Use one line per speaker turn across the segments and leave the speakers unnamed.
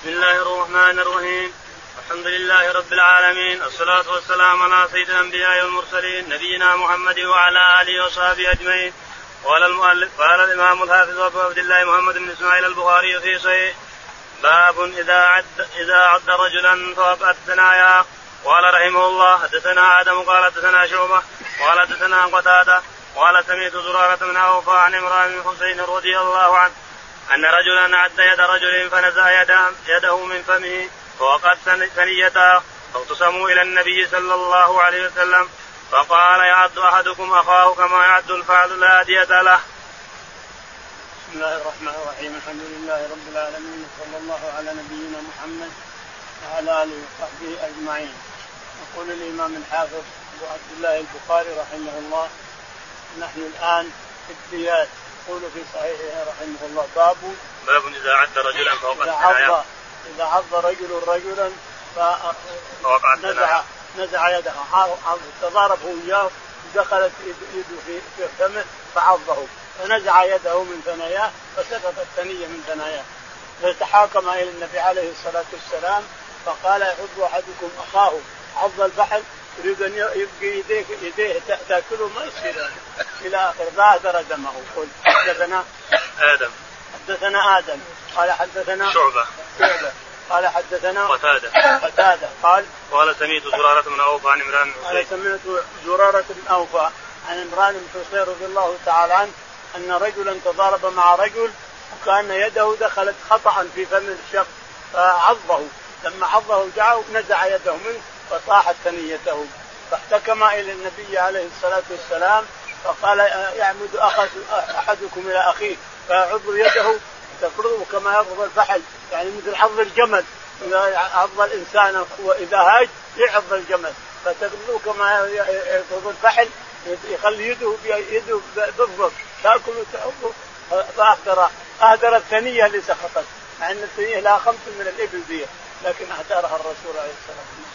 بسم الله الرحمن الرحيم الحمد لله رب العالمين الصلاة والسلام على سيد الأنبياء والمرسلين نبينا محمد وعلى آله وصحبه أجمعين قال المؤلف قال الإمام الحافظ أبو عبد الله محمد بن إسماعيل البخاري في صحيح باب إذا عد إذا عد رجلا فأبعد ثنايا قال رحمه الله حدثنا آدم قال حدثنا شعبة قال حدثنا قتادة قال سمعت زرارة بن أوفى عن إمران بن حسين رضي الله عنه أن رجلا عد يد رجل فنزع يده, يده من فمه فوقت ثنيته فاقتسموا إلى النبي صلى الله عليه وسلم فقال يعد أحدكم أخاه كما يعد الفعل لا دية له
بسم الله الرحمن الرحيم الحمد لله رب العالمين وصلى الله على نبينا محمد وعلى اله وصحبه اجمعين يقول الامام الحافظ ابو عبد الله البخاري رحمه الله نحن الان في الديات يقول في صحيحه رحمه الله باب
باب إذا عد رجلا فوق
اذا عض
الثنايا
اذا عض رجل رجلا
فوقعت
نزع
ثنايا.
نزع يده ح- عض- تضارب هو وياه دخلت يد- يده في في فمه فعضه فنزع يده من ثناياه فسقطت ثنيه من ثناياه فتحاكم الى النبي عليه الصلاه والسلام فقال يحب احدكم اخاه عض البحر يريد ان ي- يبقي يديه يديه تا- تاكله ما يصير يعني. هذا. الى اخر ظاهر دمه قل حدثنا
آدم
حدثنا ادم قال حدثنا
شعبة
شعبة. قال حدثنا
قتادة
قتاده قال
قال سمعت زرارة بن أوف عن عمران بن حسين
قال سمعت زرارة بن أوفى عن عمران بن حصين رضي الله تعالى عنه أن رجلا تضارب مع رجل وكان يده دخلت خطأ في فم الشخص فعضه لما عضه دعا نزع يده منه فصاحت ثنيته فاحتكم إلى النبي عليه الصلاة والسلام فقال يعمد أخذ- أحدكم إلى أخيه فيعض يده تفرضه كما يفرض الفحل يعني مثل عض الجمل اذا عض الانسان واذا هاج يعض الجمل فتفرضه كما يفرض الفحل يخلي يده بي- يده بالضبط تاكل وتعضه فاهدر اهدر الثنيه اللي سقطت مع ان الثنيه لها خمس من الابل دي لكن اهدرها الرسول عليه الصلاه والسلام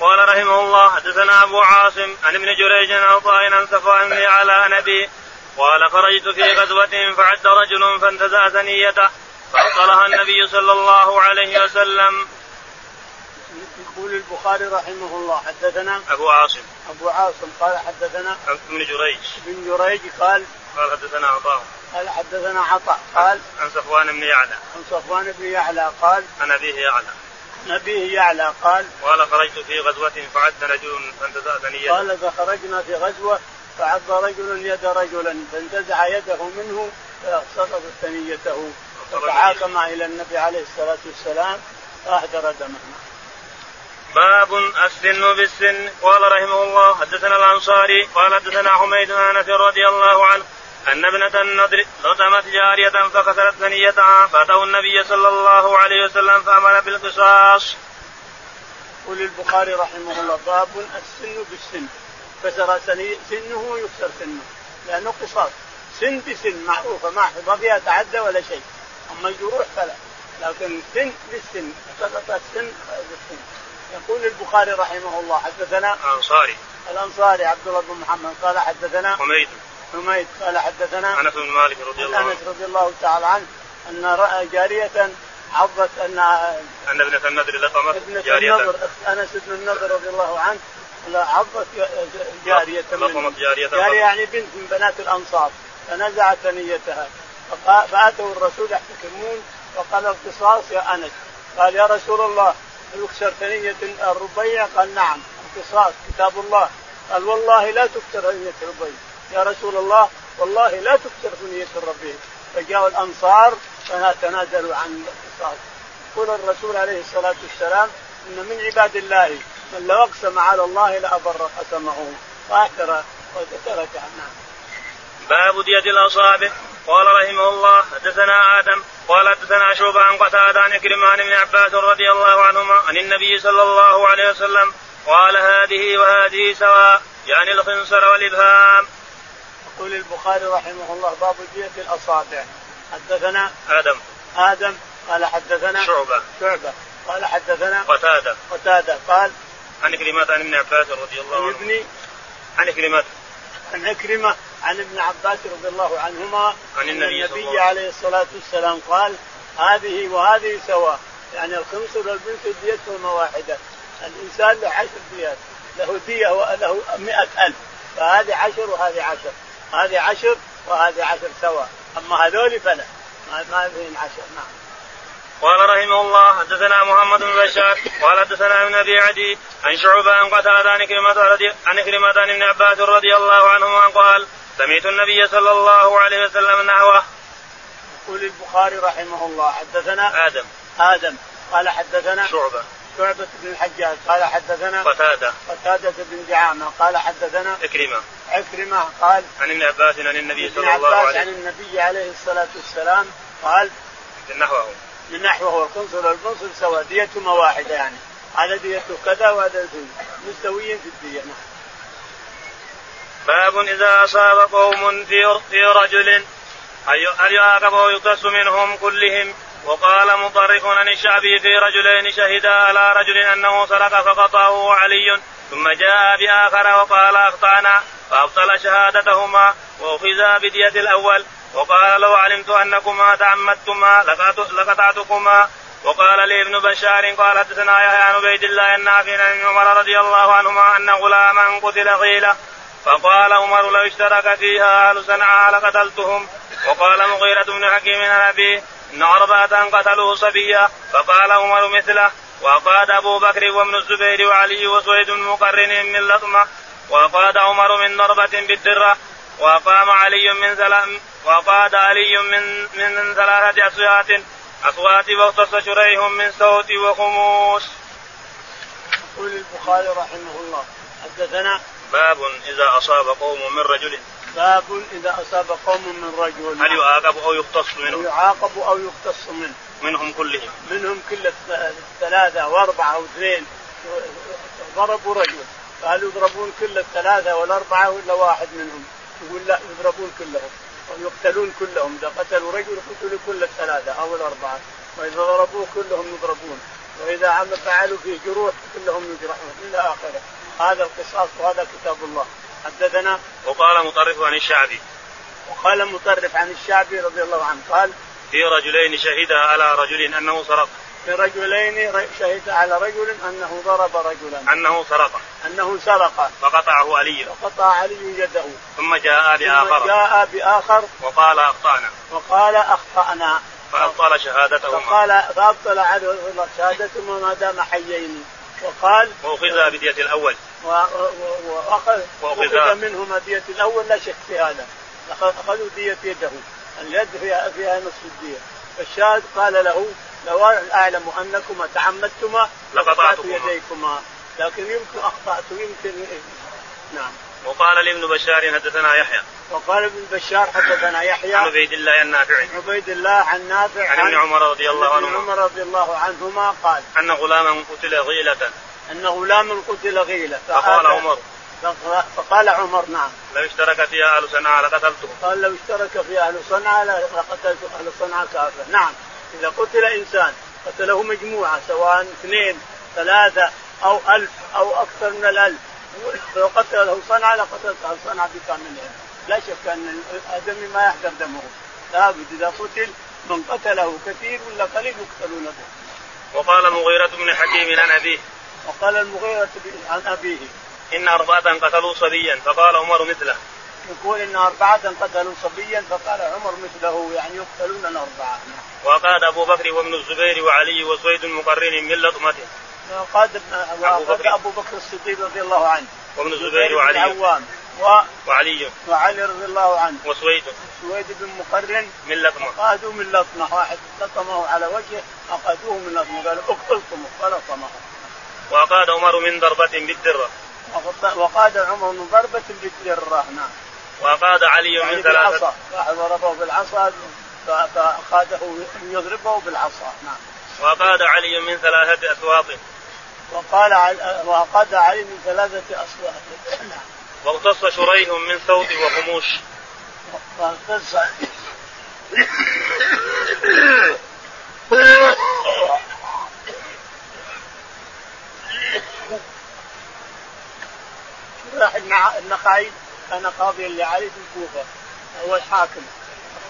قال رحمه الله حدثنا ابو عاصم عن ابن جريج عن عطاء عن صفوان
نعم.
بن على نبي قال خرجت في غزوه فعد رجل فانتزع ثنيته فأبطلها النبي صلى الله عليه وسلم
يقول البخاري رحمه الله حدثنا
ابو عاصم
ابو عاصم قال حدثنا
ابن جريج
ابن جريج قال
قال حدثنا عطاء
قال حدثنا عطاء قال
عن صفوان بن يعلى
عن صفوان بن يعلى قال
عن ابيه يعلى
نبيه يعلى قال
قال خرجت في غزوه فعد رجل فانتزع ثنيته
قال فخرجنا في غزوه فعض رجل يد رجلا فانتزع يده منه فسقطت ثنيته فتعاقم الى النبي عليه الصلاه والسلام فاهدر دمه
باب السن بالسن قال رحمه الله حدثنا الانصاري قال حدثنا حميد بن انس رضي الله عنه ان ابنه النضر لطمت جاريه فكسرت ثنيتها فاتوا النبي صلى الله عليه وسلم فامر بالقصاص.
يقول البخاري رحمه الله باب السن بالسن كسر سني- سنه يكسر سنه لانه قصاص سن بسن معروفه ما ما فيها تعدى ولا شيء اما الجروح فلا لكن سن بالسن سقط السن بالسن يقول البخاري رحمه الله حدثنا
الانصاري
الانصاري عبد الله بن محمد قال حدثنا
حميد
حميد قال حدثنا
انس بن مالك رضي
عن
الله
انس
عنه
رضي الله تعالى عنه ان راى جاريه عضت ان
ان ابنه النضر
ابنة
لطمت
النضر
جاريه
انس بن النضر رضي الله عنه لا، عضت جارية من-
لطمت جارية.
جارية يعني بنت من بنات الانصار فنزع ثنيتها فقا- فاتوا الرسول يحتكمون فقال القصاص يا انس قال يا رسول الله يكسر ثنية الربيع قال نعم القصاص كتاب الله قال والله لا تكسر ثنية الربيع يا رسول الله والله لا تكسر ثنية الربيع فجاء الانصار فتنازلوا عن القصاص يقول الرسول عليه الصلاة والسلام إن من عباد الله من لو أقسم على الله لأبر قسمه فأكثر وترك نعم
باب دية الأصابع قال رحمه الله حدثنا آدم قال حدثنا شعبة عن قتادة عن كرمان بن عباس رضي الله عنهما عن النبي صلى الله عليه وسلم قال هذه وهذه سواء يعني الخنصر والإبهام
يقول البخاري رحمه الله باب دية الأصابع حدثنا
آدم
آدم قال حدثنا
شعبة طيب.
شعبة قال حدثنا
قتادة
قتادة قال
عن كلمات عن ابن عباس رضي الله عنه
يبني
عن كلمات
عن عكرمة عن ابن عباس رضي الله عنهما
عن
أن
النبي صلى الله عليه
النبي
وسلم.
عليه الصلاة والسلام قال هذه وهذه سواء يعني الخنصر والبنت ديتهما واحده الانسان له عشر ديات له ديه وله مئة ألف فهذه عشر وهذه عشر هذه عشر وهذه عشر سواء اما هذول فلا ما ما فيهم عشر نعم
قال رحمه الله حدثنا محمد بن بشار قال حدثنا ابن ابي عدي عن شعبه عن قتاده عن كلمه رضي عن كلمه عن ابن عباس رضي الله عنهما قال سمعت النبي صلى الله عليه وسلم نحوه
يقول البخاري رحمه الله حدثنا
ادم
ادم قال حدثنا
شعبه
شعبة بن الحجاج قال حدثنا
قتاده
قتادة بن دعامة قال حدثنا
عكرمه
عكرمة قال
عن ابن عباس عن النبي
ابن
صلى الله
عباس عن
عليه
النبي عليه الصلاة والسلام قال
وسلم نحوه
من نحوه والقنصل والقنصل سواء ديتهما واحدة يعني هذا ديته كذا وهذا ديته مستويين في الدية نعم
باب إذا أصاب قوم في في رجل أي- هل يعاقب ويقتص منهم كلهم وقال مطرف عن الشعبي في رجلين شهدا على رجل أنه سرق فقطعه علي ثم جاء بآخر وقال أخطأنا فأبطل شهادتهما وأخذا بدية الأول وقال لو علمت أنكما تعمدتما لقط- لقطعتكما وقال لي ابن بشار قال حدثنا يحيى عن عبيد الله النافع عن ابن عمر رضي الله عنهما أن غلاما قتل قيل فقال عمر لو اشترك فيها اهل صنعاء لقتلتهم وقال مغيرة بن حكيم عن ابيه ان اربعة قتلوه صبيا فقال عمر مثله وقاد ابو بكر وابن الزبير وعلي وسويد بن مقرن من لطمة وقاد عمر من ضربة بالدرة وقام علي من سلام وقاد علي من من ثلاثة اصوات اصوات واختص شريح من صوت وخموس
يقول البخاري رحمه الله حدثنا
باب اذا اصاب قوم من رجل
باب إذا أصاب قوم من رجل
هل يعاقب او يقتص منه
يعاقب أو يقتص منه
منهم كلهم
منهم كل الثلاثة وأربعة واثنين ضربوا رجل فهل يضربون كل الثلاثة والأربعة ولا واحد منهم؟ يقول لا يضربون كلهم ويقتلون كلهم إذا قتلوا رجل قتلوا كل الثلاثة أو الأربعة وإذا ضربوه كلهم يضربون وإذا عم فعلوا فيه جروح كلهم يجرحون إلى آخره هذا القصاص وهذا كتاب الله حدثنا
وقال مطرف عن الشعبي
وقال مطرف عن الشعبي رضي الله عنه قال
في رجلين شهدا على رجل انه سرق
برجلين ر- شهد على رجل أنه ضرب رجلا
انه سرق
انه سرق
فقطعه علي
فقطع علي يده
ثم جاء
ثم
باخر
جاء باخر
وقال اخطانا
وقال اخطانا
فابطل شهادتهما
فقال فابطل عليه شهادتهما ما دام حيين وقال
واخذ بدية الاول
و- و- واخذ
وأخذ-
أخذ منهما دية الاول لا شك في هذا أخذ- اخذوا دية يده اليد فيها فيها نصف الدية فالشاهد قال له لو اعلم انكما تعمدتما لقطعت
لقطعتكما.
يديكما لكن يمكن اخطات ويمكن نعم
وقال لابن بشار حدثنا يحيى
وقال ابن بشار حدثنا يحيى
عن عبيد الله النافع
عن عبيد الله عن نافع
عن ابن عمر رضي الله
عن ابن
عنهما.
عمر رضي الله عنهما قال
ان غلاما قتل غيلة
ان غلاما قتل غيله
فقال عمر
فقال- فقال عمر نعم
لو اشترك فيها اهل صنعاء لقتلته
قال لو اشترك في اهل صنعاء ل- لقتلت اهل صنعاء كافر نعم اذا قتل انسان قتله مجموعه سواء اثنين ثلاثه او ألف او اكثر من الالف لو قتله صنعاء لقتلت اهل صنعاء بكاملهم لا شك ان الادمي ما يحضر دمه لابد اذا قتل من قتله كثير ولا قليل يقتلون به
وقال مغيرة بن حكيم عن ابيه
وقال المغيرة بن- عن أبيه
ان اربعة قتلوا صبيا فقال عمر مثله
يقول إن أربعة قتلوا صبيا فقال عمر مثله يعني يقتلون الأربعة نعم.
وقال ابو بكر وابن الزبير وعلي وسويد المقرن من لطمته
وقال
أبو
وقال
بكر.
أبو بكر الصديق رضي الله عنه
وابن
زبير بن
الزبير وعلي
العوام و...
وعلي
وعلي رضي الله عنه
وسويد
سويد بن مقرن
من لطمة
قادوا من لطمة واحد لطمه على وجهه أخذوه من لطمة قالوا اقتلكم فلطمه
وقاد عمر من ضربة بالدرة
وقط- وقاد عمر من ضربة بالجرة نعم
وقاد علي
يعني
من ثلاثة
بالعصا راح ضربه بالعصا ف- فأخذه يضربه بالعصا نعم
وقاد علي من ثلاثة أسواط
وقال عل- وقد علي من ثلاثة أصوات
واغتص شريح من صوت وخموش
واغتص راح النع- النخعي كان قاضيا لعلي في الكوفة هو الحاكم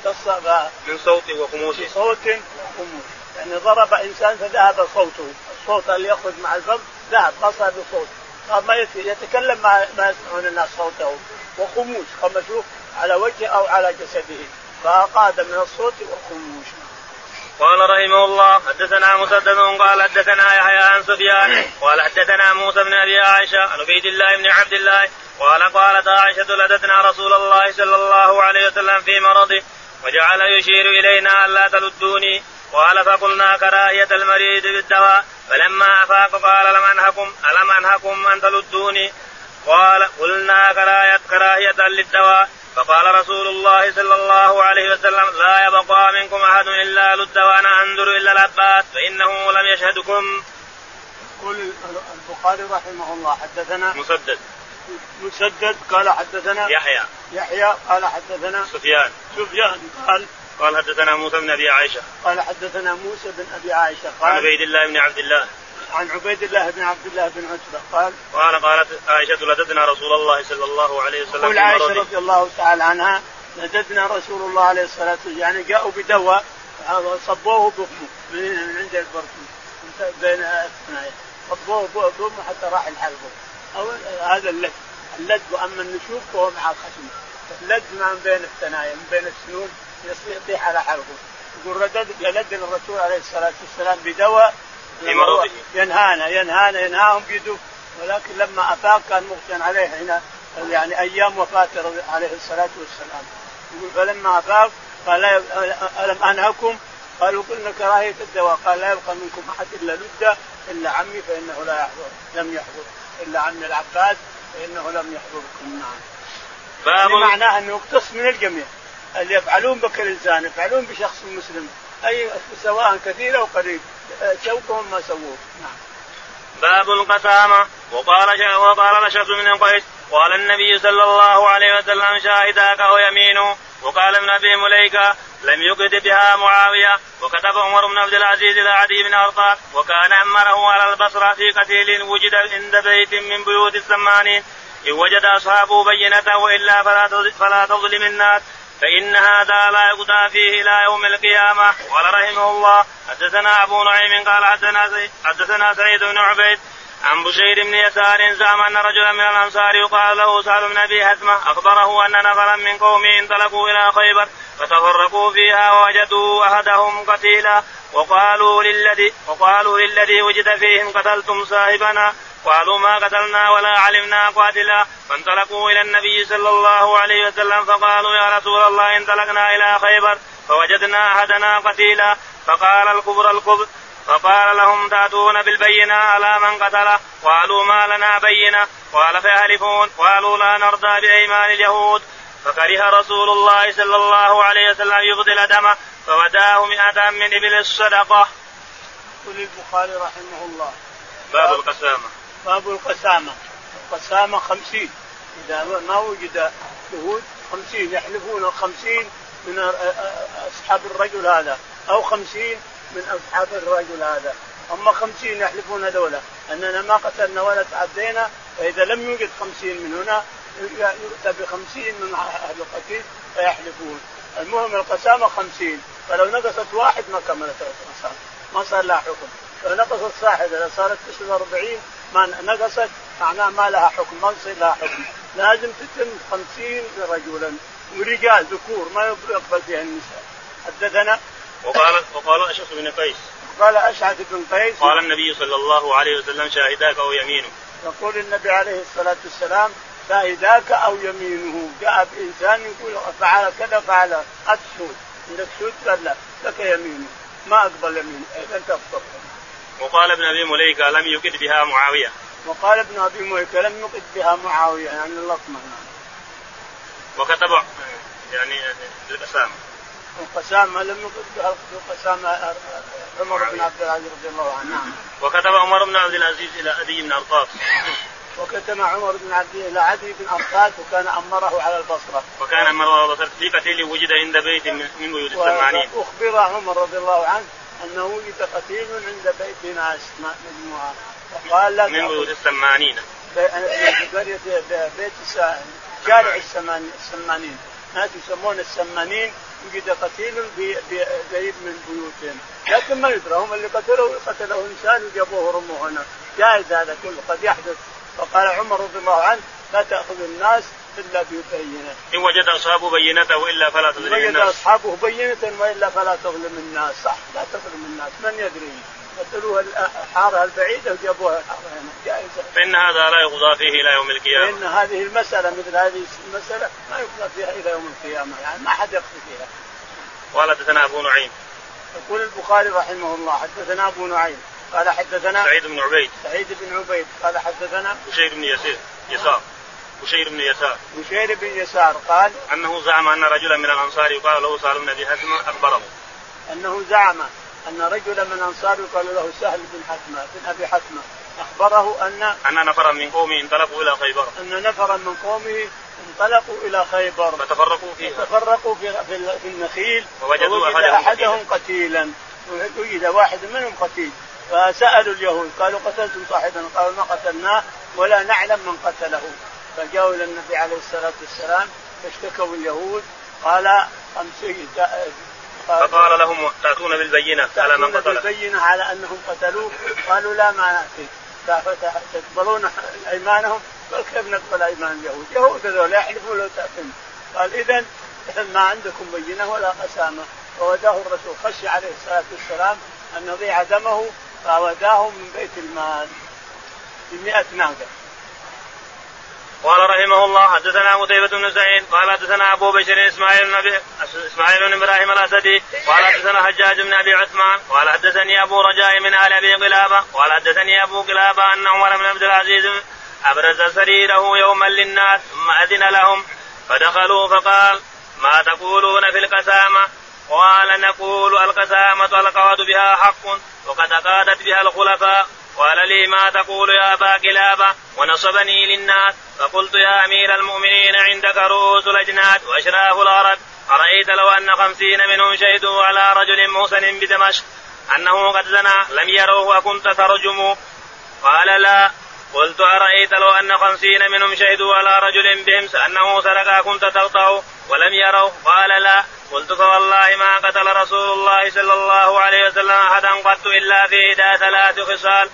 اختص ب-
من صوت وخموش
بصوت وخموش يعني ضرب انسان فذهب صوته الصوت اللي يخرج مع الفم ذهب اصلا بالصوت صار ما يت- يتكلم ما ما يسمعون الناس صوته وخموش خمشوه على وجهه او على جسده فقاد من الصوت والخموش
قال رحمه الله حدثنا مسدد قال حدثنا يحيى عن سفيان قال حدثنا موسى بن ابي عائشه عن عبيد الله بن عبد الله قال قالت عائشه لدتنا رسول الله صلى الله عليه وسلم في مرضه وجعل يشير الينا الا تلدوني قال فقلنا كراهية المريض بالدواء فلما أفاق قال لم أنهكم ألم أنهكم أن تلدوني قال قلنا كراهية كراهية للدواء فقال رسول الله صلى الله عليه وسلم لا يبقى منكم أحد إلا لد وأنا أنذر إلا العباس فإنه لم يشهدكم
يقول البخاري رحمه الله حدثنا
مسدد
مسدد قال حدثنا
يحيى
يحيى قال حدثنا
سفيان
سفيان قال
قال حدثنا موسى بن أبي عائشة
قال حدثنا موسى بن ابي عائشه
عن
قال
عبيد الله بن عبد الله
عن عبيد الله بن عبد الله بن عتبه قال
قال قالت عائشة لددنا رسول الله صلى الله عليه وسلم
تقول
في
عائشه
مرضه.
رضي الله تعالى عنها نددنا رسول الله عليه الصلاه والسلام يعني جاءوا بدواء صبوه بفمه من من عند البركي بين اثنائه صبوه بفمه حتى راح الحلقه او هذا اللد اللد واما النشوف فهو مع الخشم اللد ما من بين الثنايا من بين السنون يصير- يطيح على حلقه يقول ردد لدنا الرسول عليه الصلاه والسلام بدواء
في مرضه.
ينهانا ينهانا ينهاهم بيده ولكن لما افاق كان مغشيا عليه هنا يعني ايام وفاته رضي- عليه الصلاه والسلام يقول فلما افاق قال لا يب- الم انهكم قالوا قلنا كراهيه الدواء قال لا يبقى منكم احد الا لده الا عمي فانه لا يحضر لم يحضر الا عمي العباس فانه لم يحضركم نعم يعني
باب
معناه انه يقتص من الجميع اللي يفعلون بك الانسان يفعلون بشخص مسلم اي سواء كثير او قليل آه، شوكهم ما سووه نعم
باب القسامة وقال شا وقال نشأت من القيس قال النبي صلى الله عليه وسلم شاهداك أو يمينه وقال ابن أبي مليكة لم يقد بها معاوية وكتب عمر بن عبد العزيز إلى عدي بن أرطاة وكان أمره على البصرة في قتيل وجد عند بيت من بيوت السمانين إن وجد أصحابه بينة وإلا فلا تظ- فلا تظلم الناس فإن هذا لا يقضى فيه إلى يوم القيامة قال رحمه الله حدثنا أبو نعيم قال حدثنا سعيد- حدثنا سعيد بن عبيد عن بشير بن يسار زعم أن رجلا من الأنصار يقال له سعد بن أبي حثمة أخبره أن نفرا من قومه انطلقوا إلى خيبر فتفرقوا فيها ووجدوا أحدهم قتيلا وقالوا للذي وقالوا للذي وجد فيهم قتلتم صاحبنا قالوا ما قتلنا ولا علمنا قاتلا فانطلقوا الى النبي صلى الله عليه وسلم فقالوا يا رسول الله انطلقنا الى خيبر فوجدنا احدنا قتيلا فقال الكبر الكبر فقال لهم تاتون بالبينه على من قتله قالوا ما لنا بينه قال فيهلفون قالوا لا نرضى بايمان اليهود فكره رسول الله صلى الله عليه وسلم يبطل دمه فوداه مئة من ابل الصدقه
يقول البخاري رحمه الله
باب القسامه
باب القسامة القسامة خمسين إذا ما وجد شهود خمسين يحلفون الخمسين من أ- أ- أصحاب الرجل هذا أو خمسين من أصحاب الرجل هذا أما خمسين يحلفون هذولا أننا ما قتلنا ولا تعدينا فإذا لم يوجد خمسين من هنا يؤتى بخمسين من أهل القتيل فيحلفون المهم القسامة خمسين فلو نقصت واحد ما كملت القسامة ما صار لها حكم لو نقصت صاحبة لو صارت 49 ما نقصت معناه ما لها حكم ما يصير لها حكم لازم تتم 50 رجلا ورجال ذكور ما يقبل فيها النساء حدثنا
وقال وقال الاشخاص بن قيس
قال اشعث بن قيس
قال النبي صلى الله عليه وسلم شاهداك او يمينه
يقول النبي عليه الصلاة والسلام شاهداك أو يمينه جاء بإنسان يقول فعل كذا فعل هات سود عندك سود قال لا لك يمينه ما أقبل يمينه إذا تفطر
وقال ابن ابي مليكه لم يكد بها معاويه
وقال ابن أبي مليكة لم يقد بها معاوية يعني اللطمة
وكتب يعني بالقسامه
القسامة لم يقد بها القسامة عمر بن عبد العزيز رضي الله عنه نعم
وكتب عمر بن عبد العزيز الى ادي بن ارطاط
وكتم عمر بن عبد الله عدي بن أرطاد وكان أمره على البصرة
وكان مروه بصر في قتيل وجد عند بيت من من بيوت السمعانين
وأخبر عمر رضي الله عنه أنه وجد قتيل عند بيت ناس ما- مجموعة فقال لا
من بيوت
تأخذ
السمعانين
بي- في قرية بي- بيت الس- شارع السمان- السمانين ناس يسمون السمانين وجد قتيل في في قريب من بيوتهم لكن ما يدرى هم اللي قتلوه قتله انسان وجابوه رموه هنا جائز هذا كله قد يحدث فقال عمر رضي الله عنه لا تاخذ الناس الا ببينه
ان وجد اصحابه بينته الا فلا
إن
تظلم
وجد
الناس
اصحابه بينه والا فلا تظلم الناس صح لا تظلم الناس من يدري قتلوها الحاره البعيده وجابوها الحاره هنا جائزه
فان هذا لا يقضى فيه الى يوم القيامه
لان هذه المساله مثل هذه المساله ما يقضى فيها الى يوم القيامه يعني ما حد يقضي فيها
قال حدثنا ابو نعيم
يقول البخاري رحمه الله حدثنا ابو نعيم قال حدثنا
سعيد بن عبيد
سعيد بن عبيد قال حدثنا
بشير بن يسير يسار بشير بن يسار
بشير بن يسار قال
انه زعم ان رجلا من الانصار يقال له سالم بن ابي حزم اخبره
انه زعم ان رجلا من انصار يقال له سهل بن حكمه بن ابي حكمه اخبره ان
ان نفرا من قومه انطلقوا الى خيبر
ان نفرا من قومه انطلقوا الى خيبر
فتفرقوا فيها
تفرقوا في في- في النخيل
ووجدوا
فوجد
أحدهم
احدهم قتيلا وجد واحد منهم قتيل فسالوا اليهود قالوا قتلتم صاحبنا قالوا ما قتلناه ولا نعلم من قتله فجاءوا الى النبي عليه الصلاه والسلام فاشتكوا اليهود قال خمسين
فقال لهم تاتون بالبينه على من
تأتون
قتله
بالبينة على أنهم قتلوه قالوا لا ما نأتي فت- تقبلون أيمانهم قال كيف نقبل أيمان اليهود يهود هذول يحلفون لو تأتون قال إذا ما عندكم بينة ولا قسامة فوداه الرسول خشي عليه الصلاة والسلام أن يضيع دمه فوداه من بيت المال بمئة ناقة
قال رحمه الله حدثنا قتيبة بن سعيد قال حدثنا أبو بشر إسماعيل بن أبي إسماعيل بن إبراهيم الأسدي قال حدثنا حجاج بن أبي عثمان قال حدثني أبو رجاء من آل أبي قلابة قال حدثني أبو قلابة أن عمر بن عبد العزيز أبرز سريره يوما للناس ثم أذن لهم فدخلوا فقال ما تقولون في القسامة قال نقول القسامة القعد بها حق وقد قادت بها الخلفاء قال لي ما تقول يا أبا كلابة ونصبني للناس فقلت يا أمير المؤمنين عندك رؤوس الأجناد وأشراف الأرض أرأيت لو أن خمسين منهم شهدوا على رجل محسن بدمشق أنه قد زنى لم يروه وكنت ترجم قال لا قلت أرأيت لو أن خمسين منهم شهدوا على رجل بهم أنه سرق كنت تقطعه ولم يروا قال لا قلت فوالله ما قتل رسول الله صلى الله عليه وسلم أحدا قط إلا في إحدى ثلاث خصال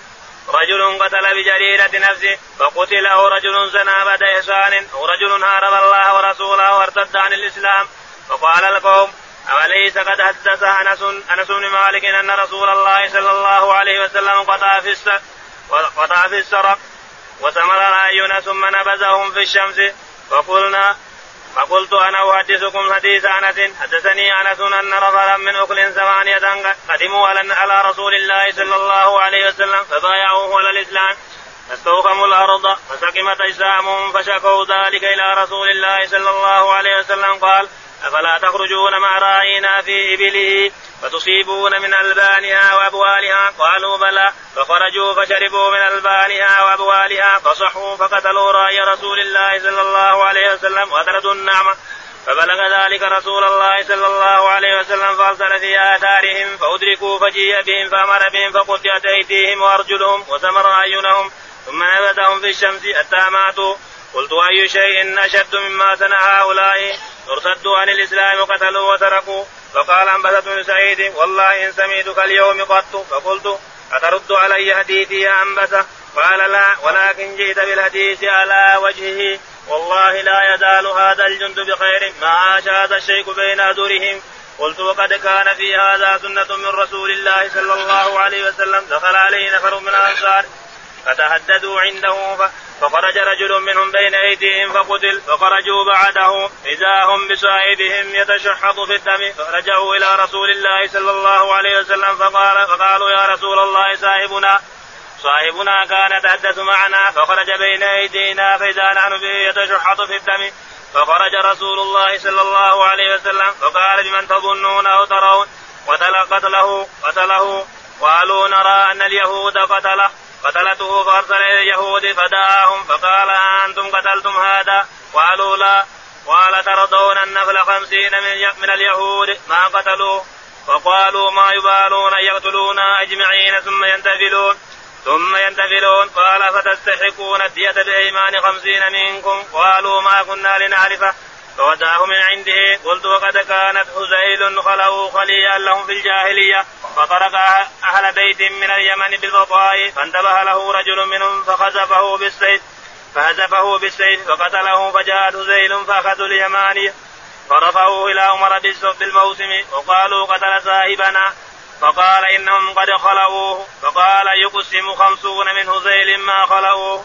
رجل قتل بجريرة نفسه فقتل أو رجل زنى بعد إحسان أو رجل هارب الله ورسوله وارتد عن الإسلام فقال القوم أوليس قد حدث أنس أنس بن مالك أن رسول الله صلى الله عليه وسلم قطع في الس- وقطع في السرق وثمر الأعين ثم نبذهم في الشمس فقلنا فقلت أنا أحدثكم حديث أنس حدثني أنس أن نفرا من أكل ثمانية قدموا على على رسول الله صلى الله عليه وسلم فبايعوه على الإسلام فاستوخموا الأرض فسقمت أجسامهم فشكوا ذلك إلى رسول الله صلى الله عليه وسلم قال أفلا تخرجون مع رأينا في إبله فتصيبون من ألبانها وأبوالها قالوا بلى فخرجوا فشربوا من ألبانها وأبوالها فصحوا فقتلوا رأي رسول الله صلى الله عليه وسلم وتركوا النعمة فبلغ ذلك رسول الله صلى الله عليه وسلم فارسل في آثارهم فأدركوا فجيء بهم فأمر بهم فقطعت أيديهم وأرجلهم وثمر أعينهم ثم نبذهم في الشمس حتى ماتوا قلت أي شيء أشد مما صنع هؤلاء ارتدوا عن الإسلام وقتلوا وتركوا فقال أنبثت بن سعيد والله إن سمعتك اليوم قط فقلت أترد علي حديثي يا أنبثة قال لا ولكن جئت بالحديث على وجهه والله لا يزال هذا الجند بخير ما عاش هذا الشيخ بين أذرهم قلت وقد كان في هذا سنة من رسول الله صلى الله عليه وسلم دخل عليه نفر من الأنصار فتحدثوا عنده ف- فخرج رجل منهم بين أيديهم فقتل فخرجوا بعده إذا هم بصاحبهم يتشحط في الدم فرجعوا إلى رسول الله صلى الله عليه وسلم فقال فقالوا يا رسول الله صاحبنا صاحبنا كان يتحدث معنا فخرج بين أيدينا فإذا نحن به يتشحط في الدم فخرج رسول الله صلى الله عليه وسلم فقال بمن تظنون أو ترون قتل قتله قتله قالوا نرى أن اليهود قتله قتلته فأرسل إلى اليهود فدعاهم فقال أنتم قتلتم هذا قالوا لا قال ترضون النفل خمسين من, من اليهود ما قتلوه فقالوا ما يبالون أن يقتلونا أجمعين ثم ينتفلون ثم ينتفلون قال فتستحقون الدية بأيمان خمسين منكم قالوا ما كنا لنعرفه فودعه من عنده قلت وقد كانت حزيل خلوا خليا لهم في الجاهلية فطرق أهل بيت من اليمن بالبطاء فانتبه له رجل منهم فخزفه بالسيف فهزفه بالسيف فقتله فجاءت حزيل فأخذوا اليماني فرفعوه إلى عمر بالموسم وقالوا قتل صاحبنا فقال إنهم قد خلوه فقال يقسم خمسون من هزيل ما خلوه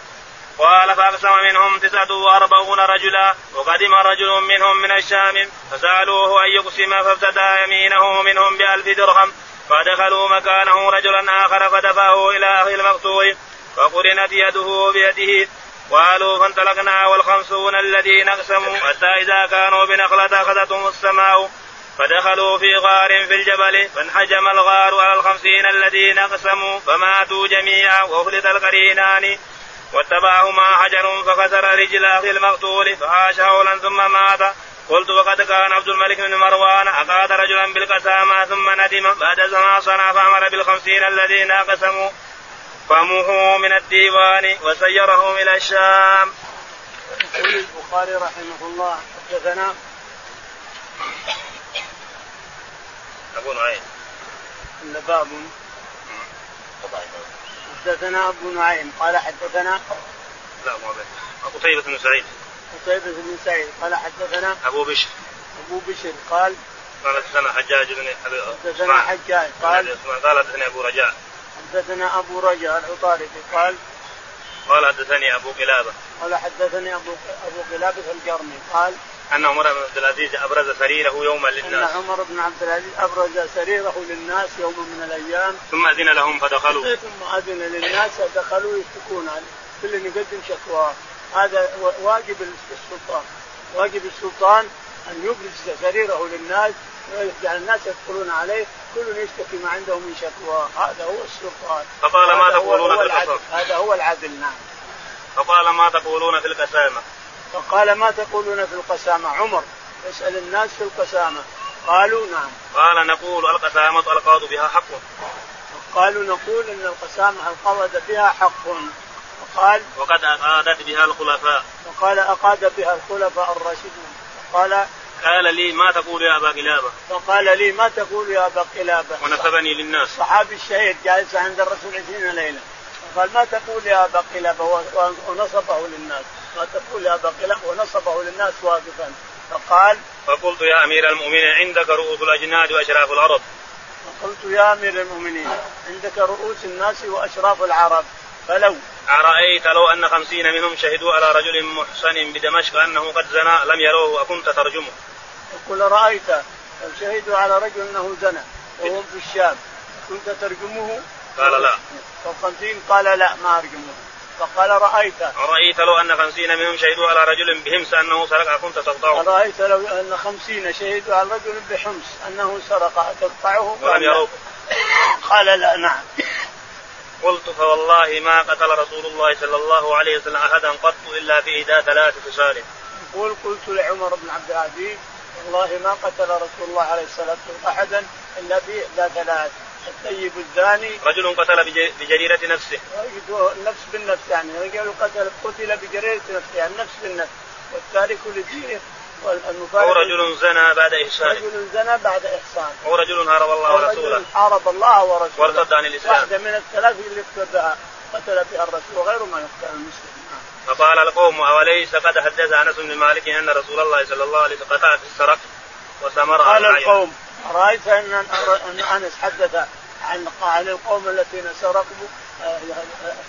قال فأقسم منهم تسعة وأربعون رجلا وقدم رجل منهم من الشام فسألوه أن يقسم فابتدى يمينه منهم بألف درهم فدخلوا مكانه رجلا آخر فدفعه إلى أخي المقتول فقرنت يده بيده قالوا فانطلقنا والخمسون الذين اقسموا حتى إذا كانوا بنخلة أخذتهم السماء فدخلوا في غار في الجبل فانحجم الغار على الخمسين الذين اقسموا فماتوا جميعا وأفلت القرينان واتبعهما حجر فكسر رجل اخي المقتول فعاش هولا ثم مات قلت وقد كان عبد الملك بن مروان اقاد رجلا بالقسامه ثم ندم بعد ما صنع فامر بالخمسين الذين قسموا فموه من الديوان وسيرهم الى الشام.
يقول البخاري رحمه الله حدثنا
ابو نعيم
باب حدثنا ابو نعيم قال حدثنا
لا ما ابو قتيبة بن سعيد
قتيبة بن سعيد قال حدثنا
ابو بشر
ابو بشر قال
قال حدثنا حجاج بن ابي
حدثنا حجاج قال
قال حدثني ابو رجاء
حدثنا ابو رجاء العطاردي قال
قال حدثني ابو قلابه
قال حدثني ابو ابو قلابه الجرمي قال
ان عمر بن عبد العزيز ابرز سريره يوما
ان
للناس
عمر بن عبد العزيز ابرز سريره للناس يوم من الايام
ثم اذن لهم فدخلوا
ثم اذن للناس دخلوا يشتكون عنه كل يقدم شكواه هذا و- واجب السلطان واجب السلطان ان يبرز سريره للناس ويجعل الناس يدخلون عليه كل يشتكي ما عنده من شكوى هذا هو السلطان
فقال ما
هذا هو-
تقولون
هو
في
العدل.
القصص؟
هذا هو العدل نعم
فقال ما تقولون في القسامه
فقال ما تقولون في القسامه عمر يسال الناس في القسامه قالوا نعم
قال نقول القسامه القاض بها حق
قالوا نقول ان القسامه القبض فيها حق فقال
وقد اقادت بها الخلفاء
فقال أقاد بها الخلفاء الراشدون قال
قال لي ما تقول يا ابا قلابه
فقال لي ما تقول يا أبا قلابة
ونسبني للناس
صحابي الشهيد جالس عند الرسول عشرين ليلة قال ما تقول يا أبا قلابة و- ونصبه للناس ما تقول يا أبا قلابة ونصبه للناس واقفا فقال
فقلت يا امير المؤمنين عندك رؤوس الاجناد واشراف الارض
فقلت يا أمير المؤمنين عندك رؤوس الناس وأشراف العرب فلو
أرأيت لو أن خمسين منهم شهدوا على رجل محسن بدمشق أنه قد زنى لم يروه أكنت ترجمه
يقول رأيت لو شهدوا على رجل أنه زنى وهم في الشام كنت ترجمه
قال لا.
فالخمسين قال لا ما أرجمه فقال رأيت
أرأيت لو أن خمسين منهم شهدوا على رجل بهمس أنه سرق أكنت تقطعه
أرأيت لو أن خمسين شهدوا على رجل بحمص أنه سرق أتقطعه
ولم
قال
يروه
لا. قال لا نعم
قلت فوالله ما قتل رسول الله صلى الله عليه وسلم أحدا قط إلا في إحدى ثلاث خصال
يقول قلت لعمر بن عبد العزيز والله ما قتل رسول الله عليه الصلاة والسلام أحدا إلا بإحدى ثلاث الطيب الزاني
رجل قتل بج- بجريرة نفسه
ويجد النفس بالنفس يعني رجل قتل قتل بجريرة نفسه يعني نفس بالنفس والتارك لدينه
أو
والمفارق
رجل زنى بعد إحسانه
رجل زنى بعد إحصان
أو رجل هرب الله
أو رجل
ورسوله
حارب الله ورسوله
وارتد عن الإسلام.
واحدة من الثلاث اللي ارتدها قتل بها الرسول وغير ما يقتل المسلم نعم.
فقال القوم أوليس قد حدث أنس بن مالك أن رسول الله صلى الله عليه وسلم قتل في السرق وسمر
قال
على العين.
القوم أرأيت أن أن أنس حدث عن عن القوم الذين سرقوا آه،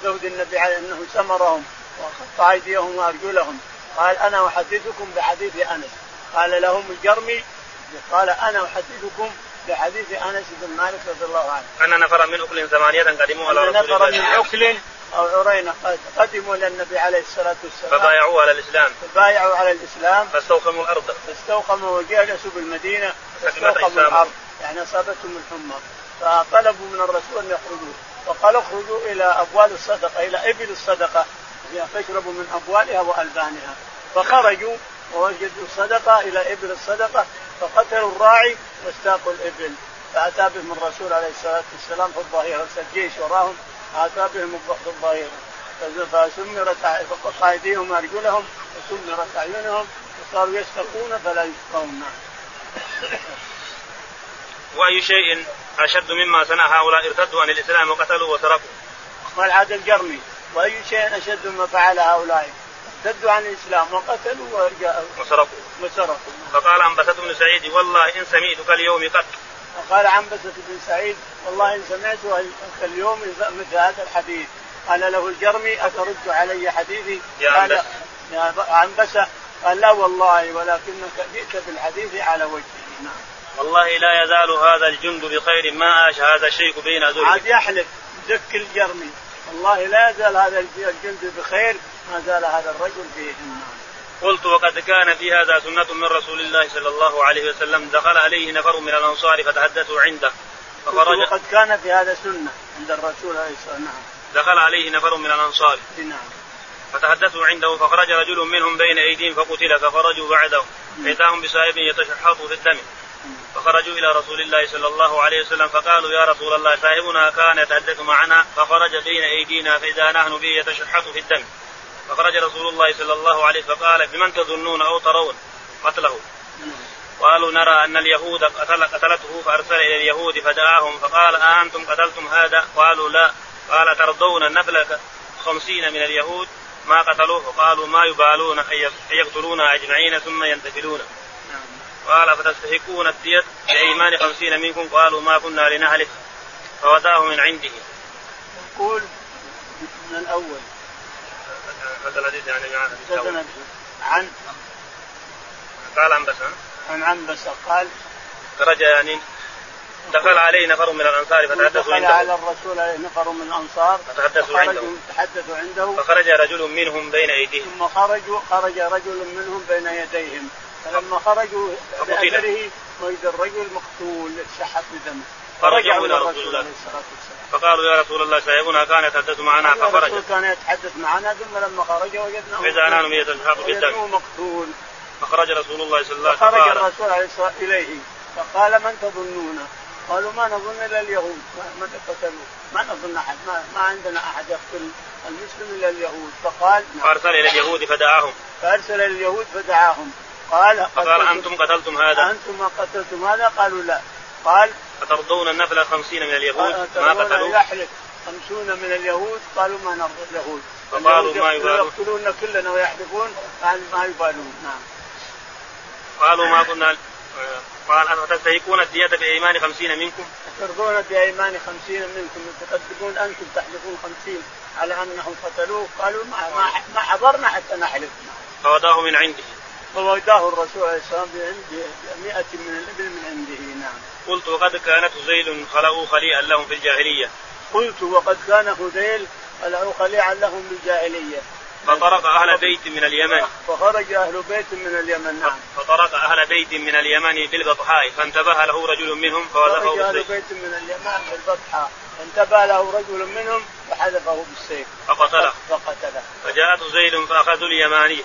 زوج النبي عليه أنه سمرهم وقطع أيديهم وأرجلهم قال أنا أحدثكم بحديث أنس قال لهم الجرمي قال أنا أحدثكم بحديث أنس بن مالك رضي الله عنه
أن نفرا من أكل ثمانية قدموا على
أن
رسول
نفرا
الله
من عكل أو عرينة قد قدموا إلى النبي عليه الصلاة والسلام
فبايعوه على الإسلام
فبايعوا على الإسلام
فاستوخموا الأرض
فاستوقموا وجلسوا بالمدينه
فسكنت
فاستوقموا
أجسامهم.
الارض يعني اصابتهم الحمى فطلبوا من الرسول ان يخرجوا فقال اخرجوا الى ابوال الصدقه الى ابل الصدقه فاشربوا من ابوالها والبانها فخرجوا ووجدوا الصدقه الى ابل الصدقه فقتلوا الراعي واستاقوا الابل فاتى بهم الرسول عليه الصلاه والسلام في الظهيره الجيش وراهم اتى بهم في الظهيره فسمرت فقطع ايديهم وارجلهم وسمرت اعينهم صاروا يشتقون فلا يشقون
واي شيء اشد مما صنع هؤلاء ارتدوا عن الاسلام وقتلوا وتركوا
والعاد الجرمي واي شيء اشد مما فعل هؤلاء ارتدوا عن الاسلام وقتلوا ورجعوا
وسرقوا
وسرقوا
فقال انبثت بن سعيد والله ان سمعتك اليوم قط
وقال عنبسة بن سعيد والله ان سمعت أنت اليوم مثل هذا الحديث قال له الجرمي اترد علي حديثي
يا
قال-
عنبسة.
يا عنبسة قال لا والله ولكنك جئت بالحديث على وجهه نعم
والله لا يزال هذا الجند بخير ما عاش هذا الشيخ بين ذري
عاد يحلف زك الجرمي والله لا يزال هذا الجند بخير ما زال هذا الرجل فيه نعم.
قلت وقد كان في هذا سنة من رسول الله صلى الله عليه وسلم دخل عليه نفر من الأنصار فتحدثوا عنده
قلت
فخرج
وقد كان في هذا سنة عند الرسول عليه الصلاة والسلام
دخل عليه نفر من الأنصار
نعم نعم
فتحدثوا عنده فخرج رجل منهم بين أيديهم فقتل فخرجوا بعده فإتاهم بصائب يتشحط في الدم فخرجوا إلى رسول الله صلى الله عليه وسلم فقالوا يا رسول الله صاحبنا كان يتحدث معنا فخرج بين أيدينا فإذا نحن به يتشحط في الدم فخرج رسول الله صلى الله عليه وسلم فقال بمن تظنون أو ترون قتله قالوا نرى أن اليهود قتل قتلته فأرسل إلى اليهود فدعاهم فقال أأنتم قتلتم هذا قالوا لا قال ترضون نبل خمسين من اليهود ما قتلوه فقالوا ما يبالون أن يق- أن يقتلونا أجمعين ثم ينتقلون
نعم.
قال فتستحقون الدية بأيمان خمسين منكم قالوا ما كنا لنهلك فوداه من عنده
يقول من الأول
هذا الحديث يعني مع الحديث الأول.
سكن عن
قال أنبسا
عن عنبسة قال
خرج يعني دخل عليه نفر من الأنصار فتحدثوا
دخل
عنده
على الرسول عليه نفر من الأنصار
فتحدثوا
فخرجوا-
عنده.
تحدثوا عنده
فخرج رجل منهم بين أيديهم
ثم خرجوا خرج رجل منهم بين يديهم فلما خرجوا
فقتل.
بأثره وإذا الرجل مقتول شحت بدمه
فرجعوا إلى رسول الله.
عليه الصلاة والسلام
فقالوا يا رسول الله صاحبنا كان يتحدث معنا
قال
فخرج
الرسول كان يتحدث معنا ثم لما خرج وجدناه
فإذا نحن يتشحط في
وجدناه
الدم
مقتول
فخرج رسول الله صلى الله عليه وسلم
فخرج
فقال
الرسول عليه الصلاة إليه فقال من تظنون؟ قالوا ما نظن إلا اليهود من قتلوا ما نظن أحد ما, ما عندنا أحد يقتل المسلم إلا اليهود فقال نعم.
فأرسل إلى اليهود فدعاهم
فأرسل اليهود فدعاهم قال
فقال
قتلتم-
أنتم قتلتم هذا
أنتم ما قتلتم هذا قالوا لا قال
أترضون النفل خمسين من اليهود ما
ترون أن
قتلوه
يحلف خمسون من اليهود قالوا ما نرضى اليهود
فقالوا ما
اليهود
يبالون.
يقتلون كلنا ويحلفون قال ما يبالون نعم
قالوا ما كنا آه، قال أتستهلكون الدية بأيمان خمسين منكم
ترضون بأيمان خمسين منكم تقدمون أنتم تحلفون خمسين على أنهم قتلوه قالوا ما ما, ما حضرنا حتى نحلف
فوداه من عنده
فوداه الرسول عليه السلام بعنده 100 من الإبل من عنده نعم
قلت وقد كانت هزيل خلقوا خليئا لهم في الجاهلية
قلت وقد كان هذيل قلعوا خليعا لهم بالجاهلية
فطرق أهل بيت من اليمن
فخرج أهل بيت من اليمن نعم
فطرق أهل بيت من اليمن بالبطحاء فانتبه له رجل منهم
خرج
فوزفه
أهل
بالسيف
بيت من اليمن في البطحاء انتبه له رجل منهم وحذفه بالسيف
فقتله
فقتله
فجاءت هزيل فأخذوا اليماني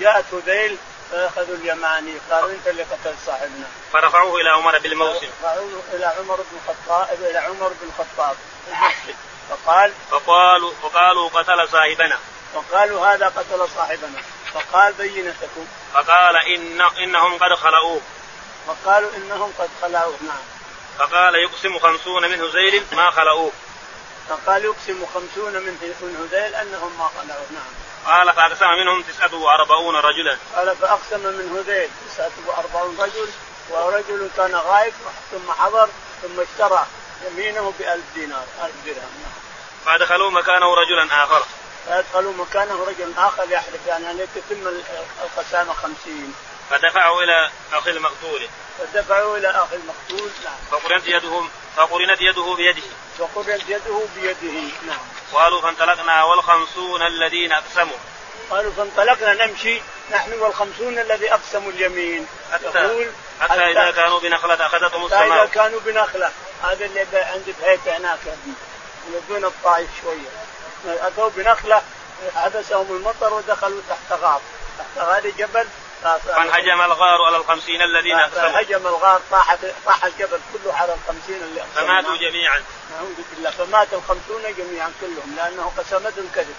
جاءت هذيل فاخذوا اليماني قالوا انت اللي قتلت صاحبنا
فرفعوه إلى عمر بالموسم
فعودوا الى عمر بن الخطاب الى عمر بن الخطاب المحرج. فقال
فقالوا فقالوا قتل صاحبنا
فقالوا هذا قتل صاحبنا فقال بينتكم
فقال إن إنهم قد خلقوه
فقالوا انهم قد خلعوه نعم
فقال يقسم خمسون من هزيل ما خلقوه
فقال يقسم خمسون من من هذيل انهم ما خلعوه نعم
قال فأقسم منهم تسعة وأربعون رجلا
قال فاقسم من هذيل 49 رجل ورجل كان غائب ثم حضر ثم اشترى يمينه بألف دينار ألف درهم نعم.
فأدخلوا مكانه رجلا آخر
فيدخلوا مكانه رجل اخر يحلف يعني ان تتم ال- القسامه 50
فدفعه إلى أخي المقتول
فدفعوا الى اخي المقتول نعم
فقرنت يده فقرنت يده بيده
وقبلت يده بيده نعم
قالوا فانطلقنا والخمسون الذين أقسموا
قالوا فانطلقنا نمشي نحن والخمسون الذي اقسموا اليمين
حتى حتى إذا كانوا بنخلة أخذتهم
حتى اذا
السماء
كانوا بنخله هذا اللي ب- عند بهيته هناك يدون الطائف شويه اتوا بنخله حبسهم المطر ودخلوا تحت غار تحت غار جبل
فانهجم الغار على الخمسين الذين أقسموا
فهجم الغار طاح طاح الجبل كله على الخمسين اللي أقسموا.
فماتوا جميعا
نعوذ بالله فمات الخمسون جميعا كلهم لانه قسمتهم كذب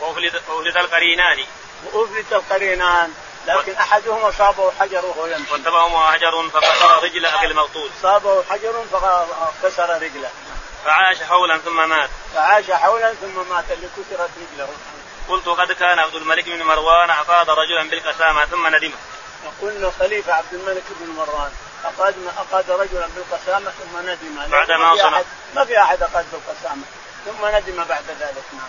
وأفلت وأفلت القرينان
وافلت القرينان لكن احدهما اصابه حجر وهو يمشي
واتبعهما حجر فكسر رجل اخي المقتول
اصابه حجر فكسر رجله
فعاش حولا ثم مات
فعاش حولا ثم مات اللي كسرت رجله
قلت قد كان عبد الملك بن مروان اعقاد رجلا بالقسامه ثم ندمه
يقول الخليفه عبد الملك بن مروان اقاد اقاد رجلا بالقسامه ثم ندم
بعد
لكن
ما
في
صنع.
أحد- ما في احد اقاد بالقسامه ثم ندم بعد ذلك نعم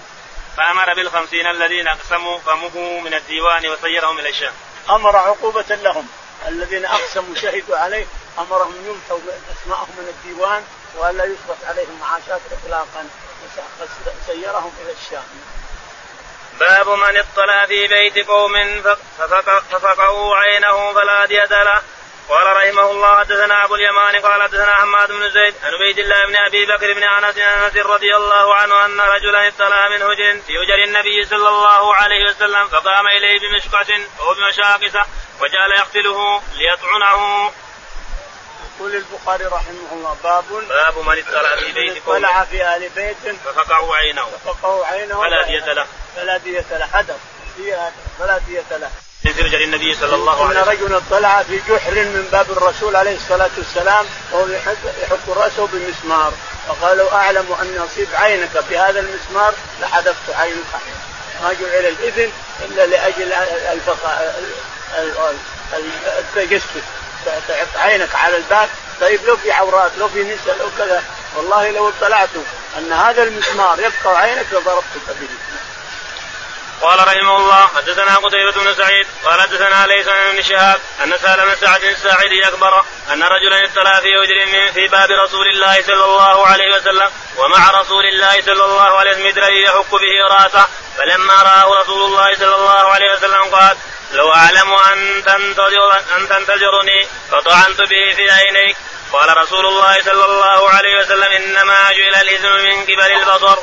فامر بالخمسين الذين اقسموا فمه من الديوان وسيرهم الى الشام
امر عقوبه لهم الذين اقسموا شهدوا عليه امرهم يمحوا اسماءهم من الديوان والا يصرف عليهم معاشات اطلاقا سيرهم الى الشام
باب من اطلع في بيت قوم ففق- ففقعوا عينه فلا دية له قال رحمه الله حدثنا ابو اليمان قال حدثنا حماد بن زيد عن عبيد الله بن ابي بكر بن انس بن انس رضي الله عنه ان رجلا اطلع من هجر في هجر النبي صلى الله عليه وسلم فقام اليه بمشقة او بمشاقسة وجعل يقتله ليطعنه
يقول البخاري رحمه الله باب
باب من اطلع في بيت قوم
ولع في ال بيت
ففقعوا عينه
فقوا عينه
فلا دية له
فلا دية له هدف دية- فلا دية له
في هجر النبي صلى الله
ان
عليه وسلم
رجلا طلع في جحر من باب الرسول عليه الصلاه والسلام وهو يحك- يحك راسه بمسمار فقالوا اعلم ان يصيب عينك بهذا المسمار لحذفت عينك ما جعل الاذن الا لاجل الفخ التجسس تعط عينك على الباب طيب لو في عورات لو في نساء لو كذا والله لو اطلعت ان هذا المسمار يبقى عينك لضربتك به
قال رحمه الله حدثنا قتيبة بن سعيد قال حدثنا ليس بن شهاب أن سالم بن سعد الساعدي أخبره أن رجلا ابتلى في أجر من في باب رسول الله صلى الله عليه وسلم ومع رسول الله صلى الله عليه وسلم مدري يحك به رأسه فلما رآه رسول الله صلى الله عليه وسلم قال لو أعلم أن تنتظر أن تنتظرني فطعنت به في عينيك قال رسول الله صلى الله عليه وسلم إنما جعل الإثم من قبل البصر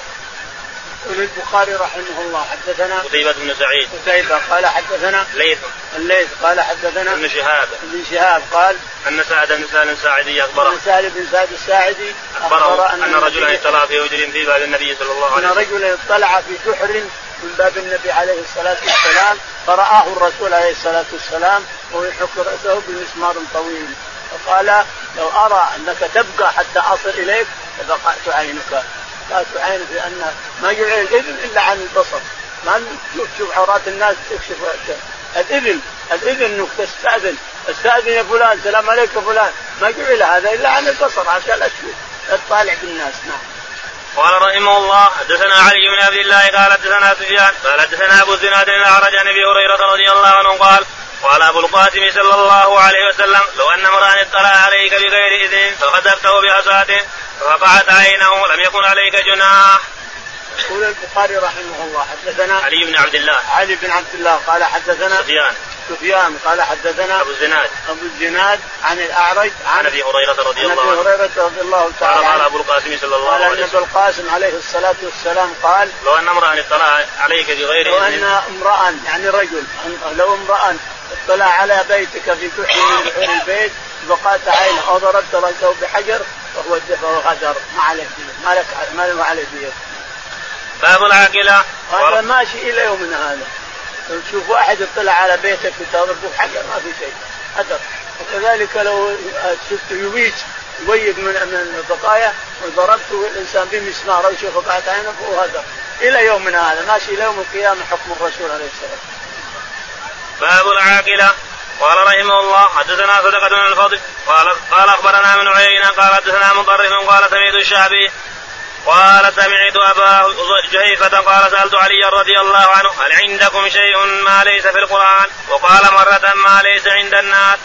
يقول البخاري رحمه الله حدثنا
قتيبة بن سعيد
قتيبة قال حدثنا
ليث
الليث قال حدثنا
بن شهاب
ابن شهاب قال
أن سعد بن سالم الساعدي أخبره
عن سالم بن سعد الساعدي
أخبره أن رجلا
النبي-
اطلع في وجر في باب النبي صلى الله
ان
عليه وسلم
رجلا اطلع في جحر من باب النبي عليه الصلاه والسلام فرآه الرسول عليه الصلاه والسلام وهو يحك راسه بمسمار طويل فقال لو ارى انك تبقى حتى اصل اليك لبقعت عينك بقعت عينك لان ما يعين الاذن الا عن البصر ما تشوف تشوف عورات الناس تكشف الاذن الاذن انك تستاذن استاذن يا فلان سلام عليك يا فلان ما جعل هذا الا عن البصر عشان لا تشوف لا تطالع بالناس نعم
قال رحمه الله حدثنا علي بن عبد الله قال حدثنا سفيان قال حدثنا أبو الزناد بن الأعرج عن أبي هريرة رضي الله عنه قال قال أبو القاسم صلى الله عليه وسلم لو أن امرأ اطلع عليك بغير إذن فخذفته بعصاته فوقعت عينه لم يكن عليك جناح
يقول البخاري رحمه الله حدثنا
علي بن عبد الله
علي بن عبد الله قال حدثنا
سفيان
سفيان قال حدثنا
أبو الزناد
ابو الجناد عن الاعرج
عن
عن
أبي هريرة رضي
عن ابي
الله عنه
هريره رضي الله
قال
تعالى
قال
عنه
أبو القاسم صلى الله
قال
عليه
ان ابو
وسلم
القاسم عليه الصلاه والسلام قال
لو أن امرأ اطلع عليك بغير
لو
إذن
ان امرا يعني رجل أن- لو امرا اطلع على بيتك في كحل من دحور البيت بقات عينه او ضربت راسه بحجر فهو فهو غدر ما عليه دية، ما لك ما له عليه دية.
باب العاقلة
هذا ماشي الى يومنا هذا لو تشوف واحد اطلع على بيتك وتضربه حجر ما في شيء هدر وكذلك لو شفت يويج يويج من من البقايا وضربته الانسان بمسمار او شيء فقعت عينه فهو هدر الى يومنا هذا ماشي الى يوم القيامه حكم الرسول عليه الصلاه والسلام
باب العاقلة قال رحمه الله حدثنا صدقة بن الفضل قال قال أخبرنا من عيينة قال حدثنا مطرف قال سمعت الشعبي قال سمعت أبا جهيفة قال سألت علي رضي الله عنه هل عندكم شيء ما ليس في القرآن وقال مرة ما ليس عند الناس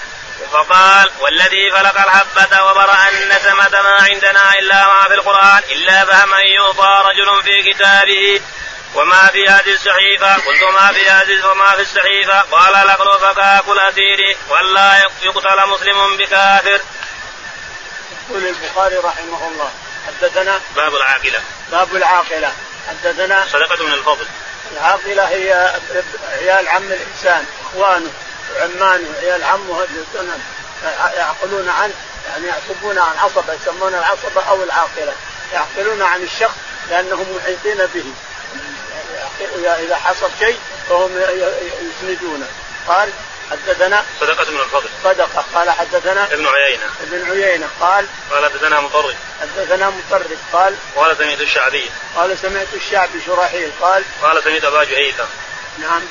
فقال والذي فلق الحبة وبرأ النسمة ما عندنا إلا ما في القرآن إلا فهما يعطى رجل في كتابه وما في هذه الصحيفة قلت ما في هذه وما في الصحيفة قال لقد فكاكل أسيري ولا يقتل مسلم بكافر
يقول البخاري رحمه الله حدثنا
باب العاقلة
باب العاقله حدثنا
صدقة من الفضل
العاقلة هي عيال عم الإنسان إخوانه وعمانه عيال عمه هذه السنن يعقلون عن يعني يعصبون عن عصبة يسمونها العصبة أو العاقلة يعقلون عن الشخص لأنهم محيطين به يعني يعقل- إذا حصل شيء فهم ي- ي- يسندونه قال حدثنا
صدقة بن الفضل
صدقه قال حدثنا
ابن عيينة
ابن عيينه قال
قال حدثنا مطرد
حدثنا مطرد قال
قال سمعت الشعبي
قال سمعت الشعبي شراحيل قال
قال سمعت أبا جهيثة
نعم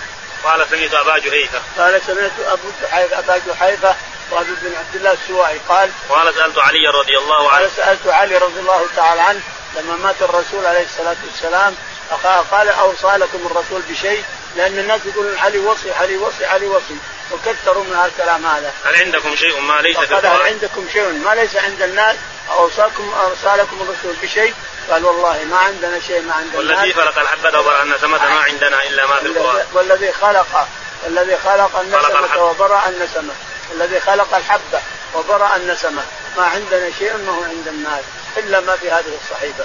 قال سمعت أبا جهيثة
قال سمعت ابو جحيفه ابا جحيفه وابي بن عبد الله السوائي قال
قال سألت علي رضي الله عنه
قال سالت علي رضي الله تعالى عنه لما مات الرسول عليه الصلاه والسلام فقال- قال اوصى لكم الرسول بشيء لان الناس يقولون علي وصي علي وصي علي وصي وكثروا من هالكلام هذا
هل عندكم شيء ما ليس في
فقال هل
القرآن
عندكم شيء ما ليس عند الناس اوصاكم ارسلكم الرسول بشيء قال والله ما عندنا شيء ما عندنا
والذي خلق الحبة وبرأ ثمة ما عندنا إلا ما في القرآن
والذي خلق والذي خلق النسمة
الحبة.
وبرأ النسمة الذي خلق الحبة وبرأ النسمة ما عندنا شيء ما هو عند الناس إلا ما في هذه الصحيفة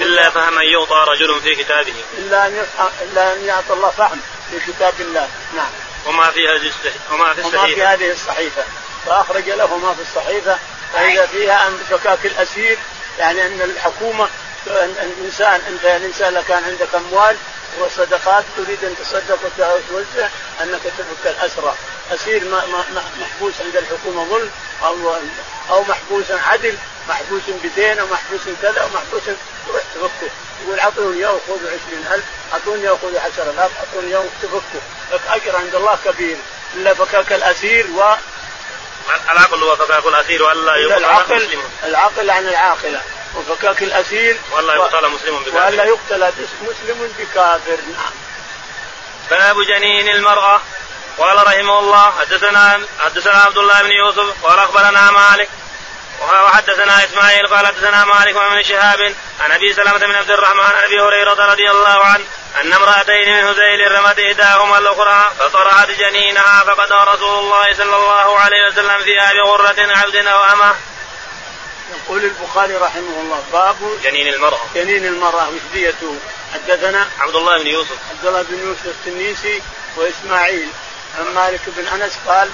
إلا فهم أن يعطى رجل في كتابه
إلا أن يفهم إلا أن يعطى الله فهم في كتاب الله نعم
وما في هذه الصح- وما في
وما في
الصحيفة
هذه الصحيفة فأخرج له ما في الصحيفة فإذا فيها أن شكاك الأسير يعني أن الحكومة أن- أن الإنسان أنت يا الإنسان لو كان عندك أموال وصدقات تريد أن تصدق وتوزع أنك تترك الأسرى أسير ما- ما- ما- محبوس عند الحكومة ظلم أو أو محبوس عدل محبوس بدين أو محبوس كذا أو محبوس تروح تفكه يقول أعطوني يوم خذوا 20000 أعطوني يوم خذوا 10000 أعطوني يوم تفكه لك أجر عند الله كبير إلا فكاك الأسير و
العقل وفكاك الأخير وألا
إلا
يقتل على
العقل
مسلم
العقل عن العاقلة وفكاك الأسير
وألا
و-
يقتل مسلم بذلك
وألا يقتل مسلم بكافر نعم
باب جنين المرأة قال رحمه الله حدثنا حدثنا عبد الله بن يوسف قال اخبرنا مالك وحدثنا اسماعيل قال حدثنا مالك وابن شهاب عن ابي سلمه بن عبد الرحمن عن ابي هريره رضي الله عنه ان امراتين من هذيل رمت احداهما الاخرى فطرحت جنينها فقضى رسول الله صلى الله عليه وسلم فيها بغره عبد او امه.
يقول البخاري رحمه الله باب
جنين المراه
جنين المرأة وشديته حدثنا
عبد الله بن يوسف
عبد الله بن يوسف التنيسي وإسماعيل عن مالك بن أنس قال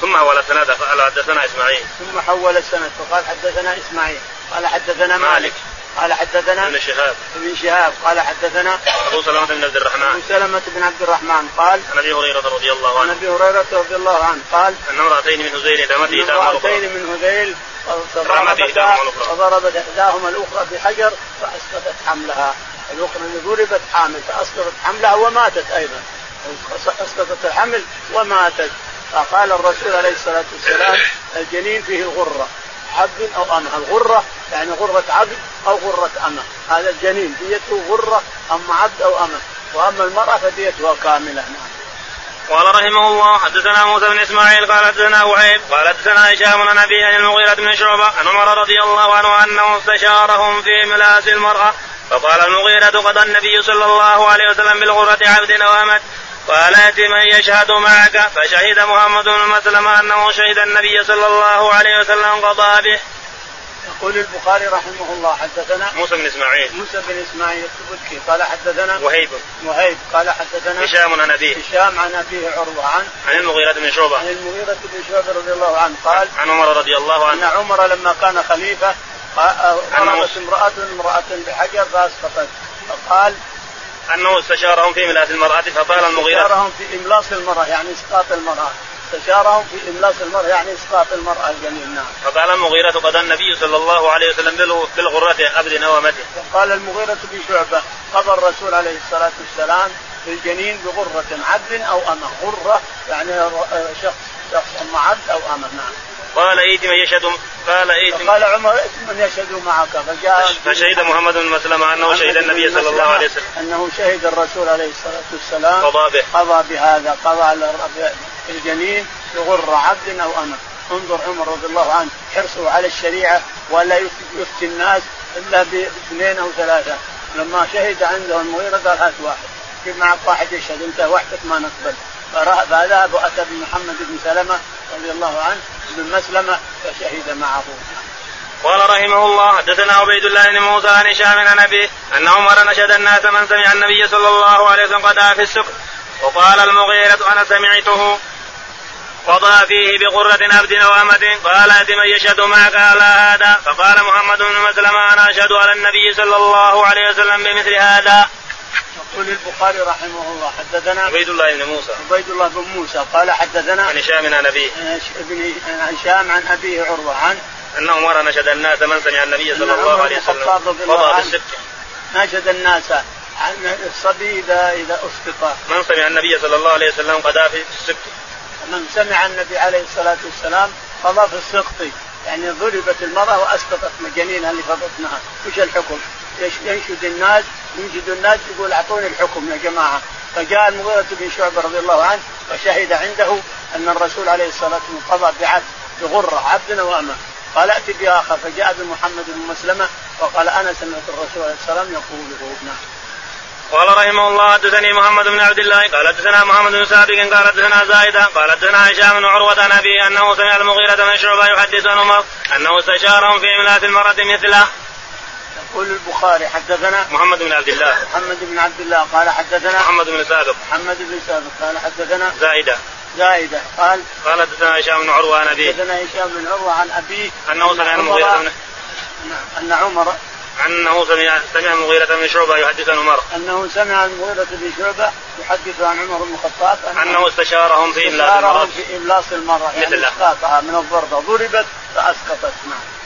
ثم هو الاسناد قال حدثنا اسماعيل
ثم حول السند فقال حدثنا إسماعيل قال حدثنا مالك
مالك.
قال حدثنا
بن شهاب
ابن شهاب قال حدثنا
ابو سلمه بن عبد
ابو
الرحمن
سلمة بن عبد الرحمن قال
عن ابي هريره رضي الله
عن
عنه
ابي هريرة رضي الله عنه قال
أن امرأتين من هزيل
من
رمته تأمر
امرأتين من هذيل
رمت إحداهما الأخرى.
فضربت إحداهما الأخرى بحجر فأسقطت حملها الأخرى اللي ضربت حامل فأسقطت حملها وماتت أيضا أسقطت الحمل وماتت فقال الرسول عليه الصلاة والسلام الجنين فيه غرة عبد أو أمة الغرة يعني غرة عبد أو غرة أمة هذا الجنين ديته غرة أما عبد أو أمة وأما المرأة فديتها كاملة نعم
قال رحمه الله حدثنا موسى بن اسماعيل قال حدثنا وهيب قال حدثنا هشام عن ابي عن المغيرة بن شعبة عن عمر رضي الله عنه انه استشارهم في ملاس المرأة فقال المغيرة قضى النبي صلى الله عليه وسلم بالغرة عبد وامت قال ائت من يشهد معك فشهد محمد بن مسلمة انه شهد النبي صلى الله عليه وسلم قضى به
يقول البخاري رحمه الله حدثنا
موسى بن اسماعيل
موسى بن اسماعيل السبكي قال حدثنا
وهيب
وهيب قال حدثنا
هشام عن ابيه
هشام عن ابيه عروه عن
عن المغيرة بن
عن
شعبة
المغيرة بن شعبة رضي الله عنه قال
عن عمر رضي الله
ان
عنه
عمر لما كان خليفه قا-
عن
ضربت
موسى.
امرأة امرأة بحجر فاسقطت فقال
أنه استشارهم في ملاس المرأة فقال المغيرة
استشارهم في املاص المرأة يعني اسقاط المرأة استشارهم في املاص المرأة يعني اسقاط المرأة الجنين نعم
فقال المغيرة قضى النبي صلى الله عليه وسلم بال- بالغرة عبد نومته
وقال المغيرة بن شعبة قضى الرسول عليه الصلاة والسلام في الجنين بغرة عبد أو أمة غرة يعني ر- شخص شخص أما عبد أو أمة نعم
قال ايت من يشهد قال ايت
فقال عمر اسم من يشهد معك فجاء
فشهد محمد بن مسلمة أنه
محمد
شهد
بن
النبي صلى الله
مسلمة
عليه وسلم
أنه شهد الرسول عليه الصلاة والسلام
قضى به
قضى بهذا قضى على الر- الجنين بغرة عبد أو أمة انظر عمر رضي الله عنه حرصه على الشريعة ولا يف- يفتي الناس إلا باثنين أو ثلاثة لما شهد عنده المغيرة قال هات واحد جيب معك واحد يشهد انت وحدك ما نقبل فرا- فذهب واتى بمحمد بن سلمه رضي الله عنه بن مسلمه فشهد معه
قال رحمه الله حدثنا عبيد الله بن موسى عن هشام عن أبيه أن عمر نشد الناس من سمع النبي صلى الله عليه وسلم قضى في السكر وقال المغيرة أنا سمعته قضى فيه بقرة عبد وأمة قال أت من يشهد معك على هذا فقال محمد بن مسلمة أنا أشهد على النبي صلى الله عليه وسلم بمثل هذا
يقول البخاري رحمه الله حدثنا
عبيد الله بن موسى
عبيد الله بن موسى قال حدثنا
عن هشام عن ابيه
آه، بن هشام عن ابيه عروه عن
ان عمر نشد الناس من سمع النبي
أن
صلى
عمر
الله عليه
بن
وسلم
الخطاب رضي الله
قضى
عنه.
بالصدق
ناشد الناس عن الصبي اذا اذا اسقط
من سمع النبي صلى الله عليه وسلم قضى في الصدق
من سمع النبي عليه الصلاه والسلام قضى في السقط يعني ضربت المراه واسقطت مجانينها اللي في بطنها، وش الحكم؟ يش- ينشد الناس ينشد الناس يقول اعطوني الحكم يا جماعه، فجاء المغيرة بن شعبة رضي الله عنه وشهد عنده أن الرسول عليه الصلاة والسلام قضى بعبد بغرة عبد نوامة قال ائت بآخر فجاء بمحمد بن مسلمة وقال أنا سمعت الرسول عليه السلام يقول نعم
قال رحمه الله حدثني محمد بن عبد الله قال حدثنا محمد بن سابق قال حدثنا زائدة قال حدثنا هشام بن عروة عن أبيه أنه سمع المغيرة بن شعبة يحدث عن عمر أنه استشارهم في إملاء المرأة مثله
يقول البخاري حدثنا
محمد بن عبد الله
محمد بن عبد الله قال حدثنا
محمد بن سابق
محمد بن ثابت قال حدثنا
زائدة
زايدة قال
قال حدثنا هشام بن عروة عن أبيه
حدثنا هشام بن عروة عن أبيه
أنه سمع
عمر-
المغيرة بن
نعم، أن عمر
أنه سمع سمع المغيرة بن شعبة يحدث عن عمر
أنه سمع المغيرة بن شعبة يحدث عن عمر بن الخطاب
أنه استشارهم في إملاء المرأة
استشارهم في إملاص المرأة يعني
مثله.
اسقاطها من الضربة ضربت فأسقطت نعم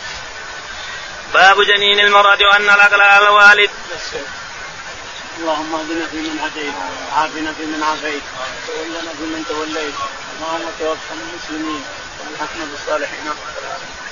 باب جنين المرأة وأن العقل على الوالد
بس كده. اللهم اهدنا فيمن هديت وعافنا فيمن عافيت وتولنا فيمن توليت اللهم توفنا المسلمين والحكمة بالصالحين